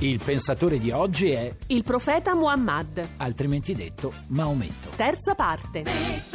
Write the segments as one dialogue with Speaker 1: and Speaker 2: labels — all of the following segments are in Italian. Speaker 1: Il pensatore di oggi è,
Speaker 2: Il profeta Muhammad,
Speaker 1: altrimenti detto, Maometto.
Speaker 2: terza parte.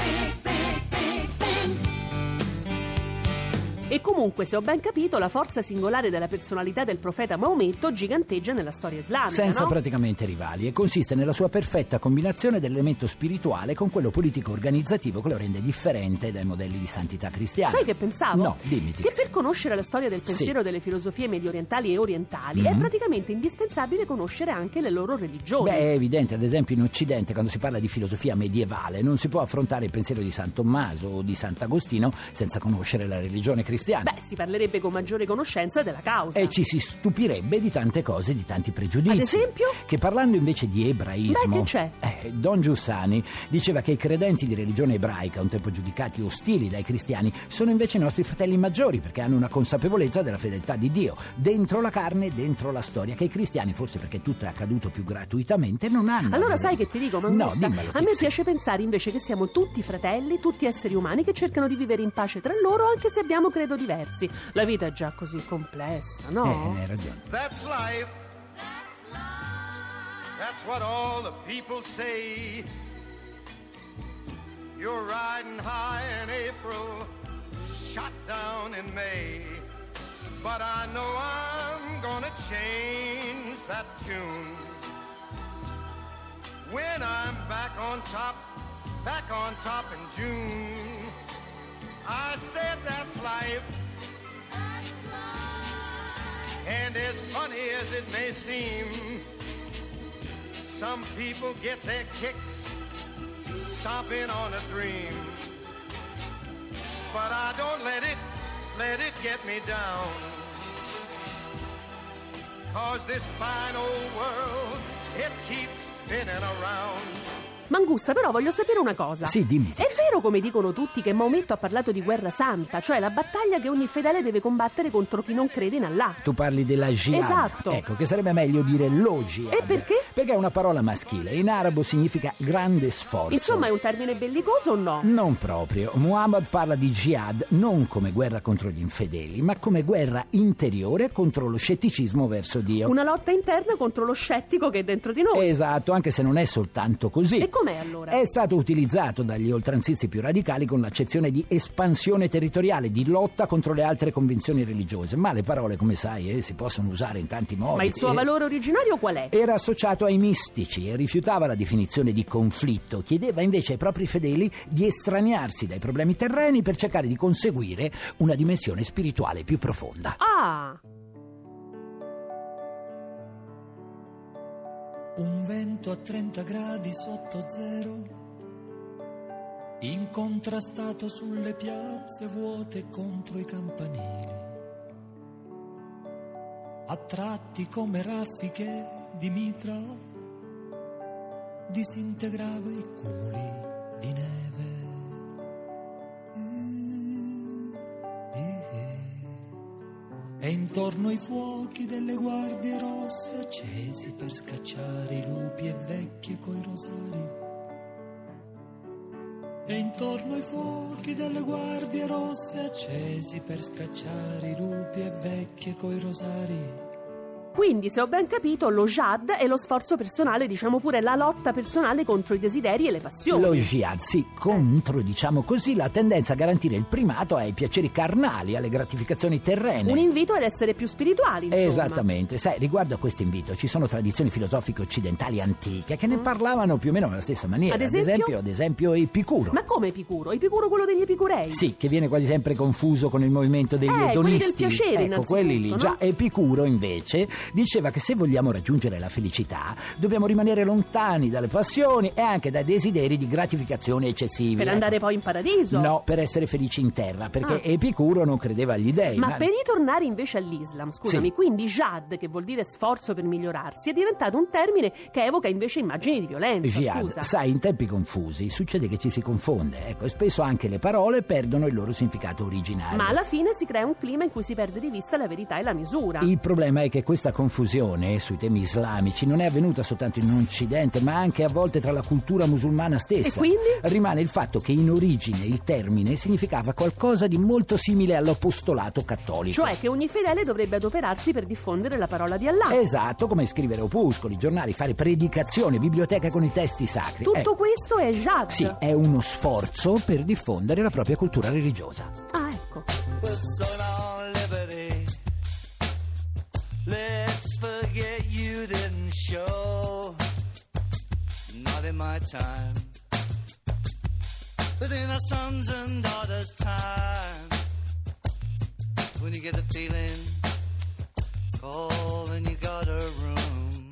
Speaker 2: E comunque, se ho ben capito, la forza singolare della personalità del profeta Maometto giganteggia nella storia islamica,
Speaker 1: Senza
Speaker 2: no?
Speaker 1: praticamente rivali e consiste nella sua perfetta combinazione dell'elemento spirituale con quello politico organizzativo che lo rende differente dai modelli di santità cristiana.
Speaker 2: Sai che pensavo?
Speaker 1: No, dimmi.
Speaker 2: Che per conoscere la storia del
Speaker 1: Sì.
Speaker 2: pensiero delle filosofie medio orientali e orientali è
Speaker 1: Mhm.
Speaker 2: praticamente indispensabile conoscere anche le loro religioni.
Speaker 1: Beh, eh. è evidente, ad esempio, in Occidente, quando si parla di filosofia medievale, non si può affrontare il pensiero di San Tommaso o di Sant'Agostino senza conoscere la religione cristiana.
Speaker 2: Beh, si parlerebbe con maggiore conoscenza della causa.
Speaker 1: E Eh, ci si stupirebbe di tante cose, di tanti pregiudizi.
Speaker 2: Ad esempio?
Speaker 1: Che parlando invece di ebraismo.
Speaker 2: Beh, che c'è?
Speaker 1: Eh, Don Giussani diceva che i credenti di religione ebraica, un tempo giudicati ostili dai cristiani, sono invece i nostri fratelli maggiori perché hanno una consapevolezza della fedeltà di Dio, dentro la carne, dentro la storia, che i cristiani, forse perché tutto è accaduto più gratuitamente, non hanno.
Speaker 2: Allora sai che ti dico,
Speaker 1: No,
Speaker 2: Mangusta?
Speaker 1: dimmelo,
Speaker 2: a me
Speaker 1: Tizi.
Speaker 2: piace pensare invece che siamo tutti fratelli, tutti esseri umani che cercano di vivere in pace tra loro anche se abbiamo credo diversi. La vita è già così complessa,
Speaker 1: Eh,
Speaker 2: no?
Speaker 1: hai ragione.
Speaker 3: That's life. That's what all the people say. You're riding high in April, shot down in May. But I know I'm gonna change that tune. When I'm back on top, back on top in June. I said that's life. And as funny as it may seem, some people get their kicks stomping on a dream. But I don't let it, let it get me down. Cause this fine old world, it keeps spinning around.
Speaker 2: Mangusta, però voglio sapere una cosa.
Speaker 1: Sì, dimmi.
Speaker 2: È vero, come dicono tutti, che Maometto ha parlato di guerra santa, cioè la battaglia che ogni fedele deve combattere contro chi non crede in Allah.
Speaker 1: Tu parli della jihad.
Speaker 2: Esatto.
Speaker 1: Ecco, che sarebbe meglio dire lo jihad.
Speaker 2: E perché?
Speaker 1: Perché è una parola maschile. In arabo significa grande sforzo.
Speaker 2: Insomma, è un termine bellicoso o no?
Speaker 1: Non proprio. Muhammad parla di jihad non come guerra contro gli infedeli, ma come guerra interiore contro lo scetticismo verso Dio.
Speaker 2: Una lotta interna contro lo scettico che è dentro di noi.
Speaker 1: Esatto, anche se non è soltanto così.
Speaker 2: E com'è allora?
Speaker 1: È stato utilizzato dagli oltranzisti più radicali con l'accezione di espansione territoriale, di lotta contro le altre convinzioni religiose. Ma le parole, come sai, eh, si possono usare in tanti modi.
Speaker 2: Ma il suo
Speaker 1: Eh,
Speaker 2: valore originario qual è?
Speaker 1: Era associato ai mistici e rifiutava la definizione di conflitto, chiedeva invece ai propri fedeli di estraniarsi dai problemi terreni per cercare di conseguire una dimensione spirituale più profonda.
Speaker 2: Ah!
Speaker 4: Un vento a 30 gradi sotto zero, incontrastato sulle piazze vuote contro i campanili. A tratti come raffiche di mitra, disintegrava i cumuli di neve. Eh, eh, eh e intorno i fuochi delle guardie rosse accesi per scacciare i lupi e vecchie coi rosari. E intorno ai fuochi delle guardie rosse accesi per scacciare i lupi e vecchie coi rosari.
Speaker 2: Quindi, se ho ben capito, lo jihad è lo sforzo personale, diciamo pure la lotta personale contro i desideri e le passioni.
Speaker 1: Lo jihad, sì, contro, diciamo così, la tendenza a garantire il primato ai piaceri carnali, alle gratificazioni terrene.
Speaker 2: Un invito ad essere più spirituali, insomma.
Speaker 1: Esattamente, sai, riguardo a questo invito ci sono tradizioni filosofiche occidentali antiche che ne parlavano più o meno nella stessa maniera.
Speaker 2: Mm. Ad esempio?
Speaker 1: ad esempio, Epicuro.
Speaker 2: Ma come Epicuro? Epicuro quello degli epicurei?
Speaker 1: Sì, che viene quasi sempre confuso con il movimento degli
Speaker 2: Eh, quelli del
Speaker 1: edonisti.
Speaker 2: piacere,
Speaker 1: ecco, quelli lì.
Speaker 2: innanzitutto,
Speaker 1: Già,
Speaker 2: no?
Speaker 1: Epicuro invece diceva che se vogliamo raggiungere la felicità dobbiamo rimanere lontani dalle passioni e anche dai desideri di gratificazione eccessivi.
Speaker 2: Per
Speaker 1: Ecco.
Speaker 2: andare poi in paradiso.
Speaker 1: No, per essere felici in terra, perché
Speaker 2: Ah.
Speaker 1: Epicuro non credeva agli dei.
Speaker 2: Ma per ritornare invece all'Islam, scusami,
Speaker 1: eh, Sì.
Speaker 2: quindi jihad, che vuol dire sforzo per migliorarsi, è diventato un termine che evoca invece immagini di violenza.
Speaker 1: Jihad,
Speaker 2: Scusa.
Speaker 1: sai, in tempi confusi succede che ci si confonde, ecco, e spesso anche le parole perdono il loro significato originario.
Speaker 2: Ma alla fine si crea un clima in cui si perde di vista la verità e la misura.
Speaker 1: Il problema è che questa confusione sui temi islamici non è avvenuta soltanto in Occidente, ma anche a volte tra la cultura musulmana stessa.
Speaker 2: E quindi?
Speaker 1: Rimane il fatto che in origine il termine significava qualcosa di molto simile all'apostolato cattolico.
Speaker 2: Cioè che ogni fedele dovrebbe adoperarsi per diffondere la parola di Allah.
Speaker 1: Esatto, come scrivere opuscoli, giornali, fare predicazione, biblioteche con i testi sacri.
Speaker 2: Tutto
Speaker 1: Ecco,
Speaker 2: questo è jihad.
Speaker 1: sì, è uno sforzo per diffondere la propria cultura religiosa.
Speaker 2: Ah, ecco.
Speaker 5: whistle on liberty. Let's forget you didn't show. Not in my time, but in our sons and daughters' time. When you get the feeling, call and you got a room.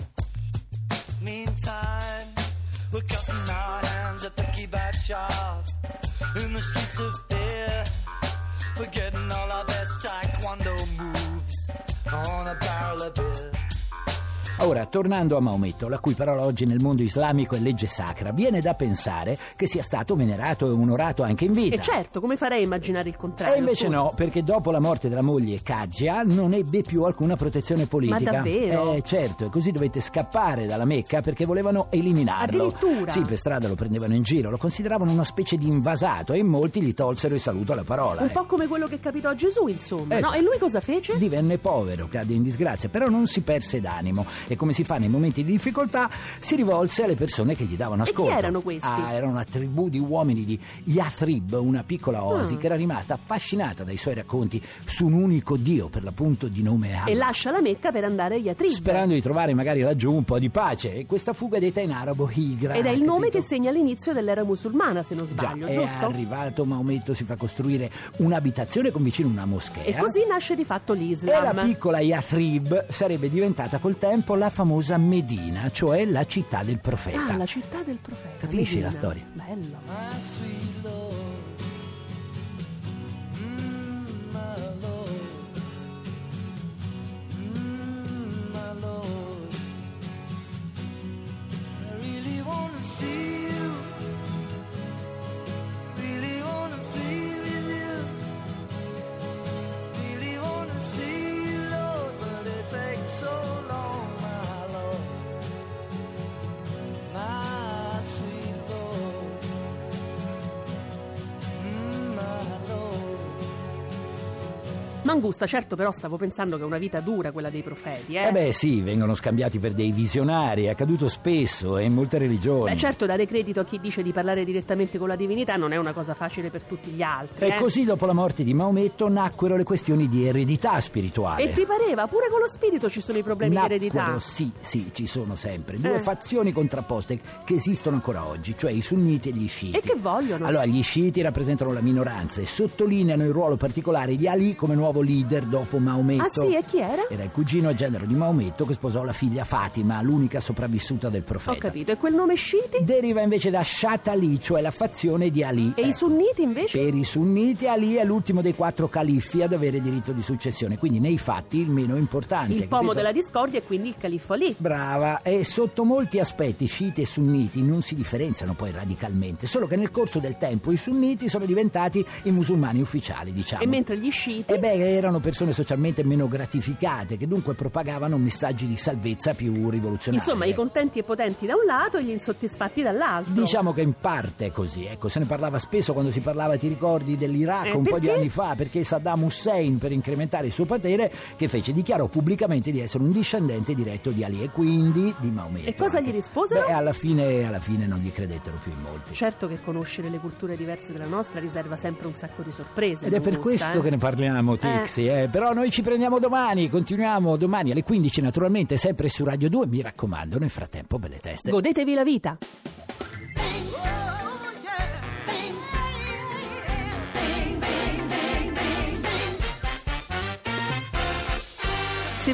Speaker 5: Meantime, we're cutting our hands at the kebab shop in the streets of beer. Forgetting all our best taekwondo moves on a barrel of beer.
Speaker 1: Ora, tornando a Maometto, la cui parola oggi nel mondo islamico è legge sacra, viene da pensare che sia stato venerato e onorato anche in vita.
Speaker 2: E certo, come farei a immaginare il contrario?
Speaker 1: E Eh, invece
Speaker 2: scusa?
Speaker 1: no, perché dopo la morte della moglie Kajia non ebbe più alcuna protezione politica.
Speaker 2: davvero?
Speaker 1: Eh, certo, e così dovette scappare dalla Mecca perché volevano eliminarlo.
Speaker 2: Addirittura?
Speaker 1: Sì, per strada lo prendevano in giro, lo consideravano una specie di invasato e in molti gli tolsero il saluto alla parola.
Speaker 2: Un
Speaker 1: eh.
Speaker 2: po' come quello che capitò a Gesù, insomma.
Speaker 1: Eh,
Speaker 2: no?
Speaker 1: già.
Speaker 2: E lui cosa fece?
Speaker 1: Divenne povero, cadde in disgrazia, però non si perse d'animo e come si fa nei momenti di difficoltà si rivolse alle persone che gli davano
Speaker 2: chi
Speaker 1: ascolto.
Speaker 2: erano questi?
Speaker 1: Ah, era una tribù di uomini di Yathrib, una piccola oasi
Speaker 2: Ah.
Speaker 1: che era rimasta affascinata dai suoi racconti su un unico dio, per l'appunto di nome Allah.
Speaker 2: E lascia la Mecca per andare a Yatrib.
Speaker 1: Sperando di trovare magari laggiù un po' di pace, e questa fuga è detta in arabo Higra.
Speaker 2: Ed è il
Speaker 1: capito?
Speaker 2: nome che segna l'inizio dell'era musulmana, se non
Speaker 1: Già, eh,
Speaker 2: sbaglio,
Speaker 1: è
Speaker 2: giusto?
Speaker 1: arrivato Maometto, si fa costruire un'abitazione con vicino una moschea.
Speaker 2: E così nasce di fatto
Speaker 1: E la
Speaker 2: l'Islam.
Speaker 1: piccola Yathrib sarebbe diventata col tempo la famosa Medina, cioè la città del profeta.
Speaker 2: Ah, la città del profeta.
Speaker 1: Capisci
Speaker 2: Medina.
Speaker 1: la storia?
Speaker 2: Bello.
Speaker 5: My sweet Lord, mm, my Lord, mm, my Lord. I really wanna see you, really wanna be with you, really wanna see you, Lord, but it takes so long, my Lord, my sweet Lord.
Speaker 4: Mm,
Speaker 2: Mangusta, certo, però stavo pensando che è una vita dura quella dei profeti, eh?
Speaker 1: Eh beh sì, vengono scambiati per dei visionari, è accaduto spesso e in molte religioni.
Speaker 2: Beh, certo, dare credito a chi dice di parlare direttamente con la divinità non è una cosa facile per tutti gli altri.
Speaker 1: E
Speaker 2: eh.
Speaker 1: così dopo la morte di Maometto nacquero le questioni di eredità spirituale.
Speaker 2: E ti pareva, pure con lo spirito ci sono i problemi di eredità.
Speaker 1: eh. Nacquero, sì, sì, ci sono sempre. Due
Speaker 2: Eh.
Speaker 1: fazioni contrapposte che esistono ancora oggi, cioè i sunniti e gli sciiti.
Speaker 2: E che vogliono?
Speaker 1: Allora, gli sciiti rappresentano la minoranza e sottolineano il ruolo particolare di Ali come nuovo leader dopo Maometto.
Speaker 2: ah sì, e chi era?
Speaker 1: Era il cugino e genero di Maometto che sposò la figlia Fatima, l'unica sopravvissuta del
Speaker 2: Ho
Speaker 1: profeta.
Speaker 2: capito, e quel nome sciti?
Speaker 1: Deriva invece da Shat Ali, cioè la fazione di Ali.
Speaker 2: E i sunniti invece?
Speaker 1: Per i sunniti Ali è l'ultimo dei quattro califfi ad avere diritto di successione, quindi nei fatti il meno importante.
Speaker 2: Il pomo
Speaker 1: capito?
Speaker 2: della discordia e quindi il califfo lì.
Speaker 1: Brava, e sotto molti aspetti sciiti e sunniti non si differenziano poi radicalmente, solo che nel corso del tempo i sunniti sono diventati i musulmani ufficiali, diciamo.
Speaker 2: E mentre gli sciiti...
Speaker 1: E beh, erano persone socialmente meno gratificate, che dunque propagavano messaggi di salvezza più rivoluzionari.
Speaker 2: Insomma, i contenti e potenti da un lato e gli insoddisfatti dall'altro.
Speaker 1: Diciamo che in parte è così, ecco, se ne parlava spesso quando si parlava, ti ricordi, dell'Iraq
Speaker 2: Eh,
Speaker 1: un po' di
Speaker 2: perché?
Speaker 1: anni fa, perché Saddam Hussein, per incrementare il suo potere, che fece, dichiarò pubblicamente di essere un discendente diretto di Ali e quindi di Maometto.
Speaker 2: E cosa gli
Speaker 1: anche.
Speaker 2: risposero?
Speaker 1: Beh, alla fine, alla fine non gli credettero più in molti.
Speaker 2: Certo che conoscere le culture diverse della nostra riserva sempre un sacco di sorprese.
Speaker 1: Ed è per
Speaker 2: Mangusta,
Speaker 1: questo
Speaker 2: eh.
Speaker 1: che ne parliamo, Tixi. eh. Però noi ci prendiamo domani, continuiamo domani alle 15, naturalmente, sempre su Radio 2. Mi raccomando, nel frattempo, belle teste.
Speaker 2: Godetevi la vita!
Speaker 6: Sing,
Speaker 2: Se